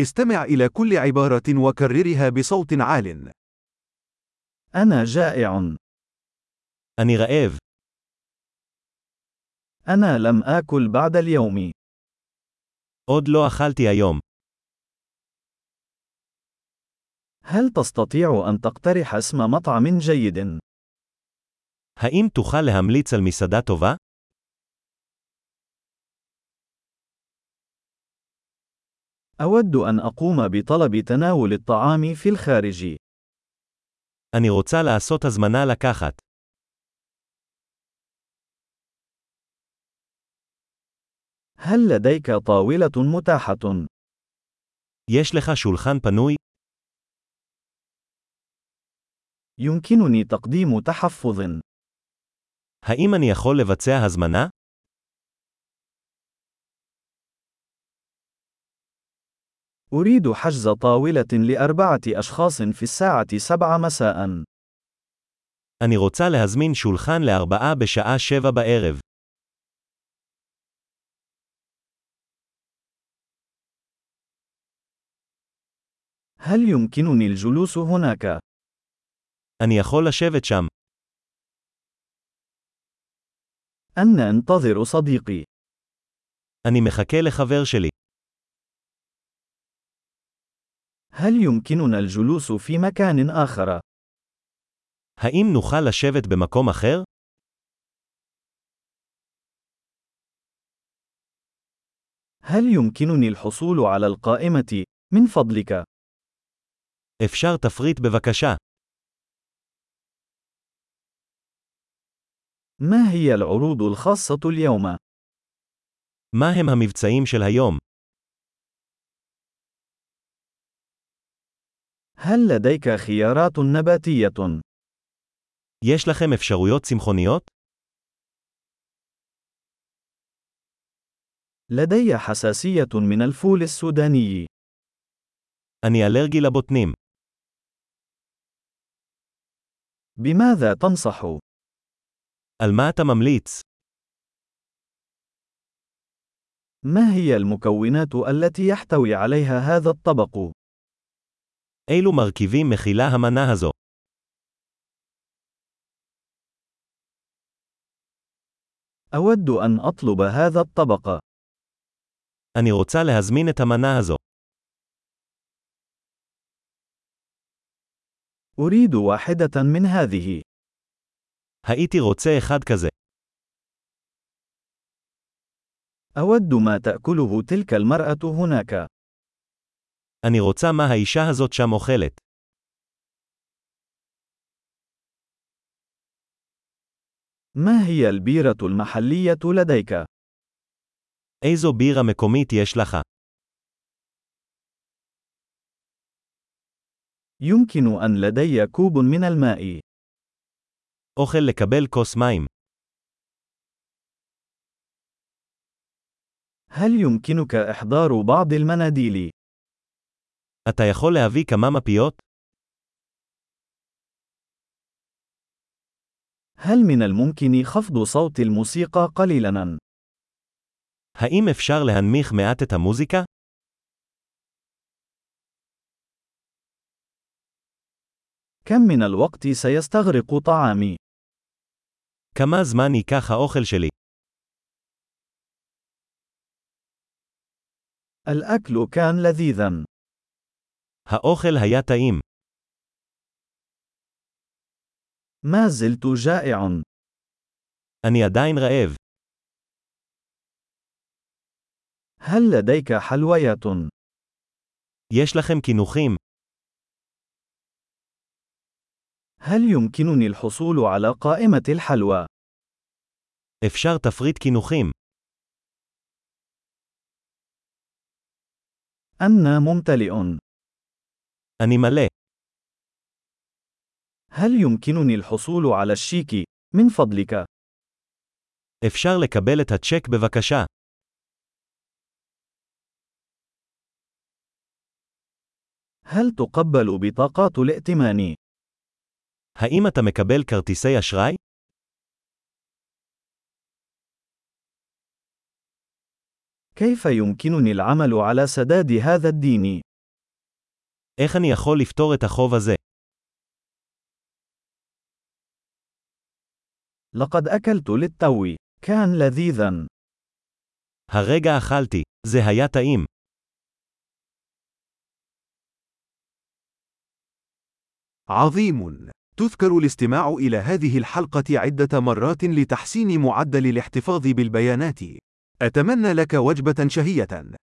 استمع إلى كل عبارة وكررها بصوت عال. أنا جائع. אני רעב. أنا لم آكل بعد اليوم. עוד לא אכלתי היום. هل تستطيع أن تقترح اسم مطعم جيد؟ האם תוכל להמליץ על מסעדה טובה? أود أن أقوم بطلب تناول الطعام في الخارج. אני רוצה לעשות הזמנה לקחת. هل لديك طاولة متاحة؟ יש לך שולחן פנוי? يمكنني تقديم تحفظ. האם אני יכול לבצע הזמנה? أريد حجز طاولة لأربعة أشخاص في الساعة 7 مساء. אני רוצה להזמין שולחן לארבעה בשעה שבע בערב. هل يمكنني الجلوس هناك؟ אני יכול לשבת שם. أنا أنتظر صديقي. אני מחכה לחבר שלי. هل يمكننا الجلوس في مكان آخر؟ האם נוכל לשבת במקום אחר? هل يمكنني الحصول على القائمة؟ من فضلك، אפשר תפריט בבקשה. ما هي العروض الخاصة اليوم؟ מה הם המבצעים של היום? هل لديك خيارات نباتية؟ יש לכם אפשרויות צמחוניות? لدي حساسية من الفول السوداني. אני אלרגי לבוטנים. بماذا تنصح؟ על מה אתה ממליץ? ما هي المكونات التي يحتوي عليها هذا الطبق؟ אילו מרכיבים מכילה המנה הזו? أود أن أطلب هذا الطبق. אני רוצה להזמין את המנה הזו. أريد واحدة من هذه. הייתי רוצה אחד כזה. أود ما تأكله تلك المرأة هناك. אני רוצה מה האישה הזאת שם אוכלת. ما هي البيرة المحلية لديك؟ איזו בירה מקומית יש לך? يمكن أن لدي كوب من الماء. אוכל לקבל כוס מים. هل يمكنك إحضار بعض المناديل؟ אתה יכול להביא כמה מפיות? هل من الممكن خفض صوت الموسيقى قليلاً؟ האם אפשר להנמיך מעט את המוזיקה? كم من الوقت سيستغرق طعامي؟ כמה זמן ייקח האוכל שלי? الأكل كان لذيذاً. האוכל היה טעים. ما زلت جائع. אני עדיין רעב. هل لديك حلويات؟ יש לכם קינוחים? هل يمكنني الحصول على قائمة الحلوى؟ אפשר תפריט קינוחים. أنا ممتلئ. אני מלא. هل يمكنني الحصول على الشيك؟ من فضلك. אפשר לקבל את הצ'ק בבקשה. هل تقبل بطاقات الائتمان؟ האם אתה מקבל כרטיסי אשראי? كيف يمكنني العمل على سداد هذا الدين؟ איך אני יכול לפתור את החוב הזה? لقد أكلت للتو. كان لذيذا. הרגע אכלתי. זה היה טעים. عظيم. تذكر الاستماع إلى هذه الحلقة عدة مرات لتحسين معدل الاحتفاظ بالبيانات. أتمنى لك وجبة شهية.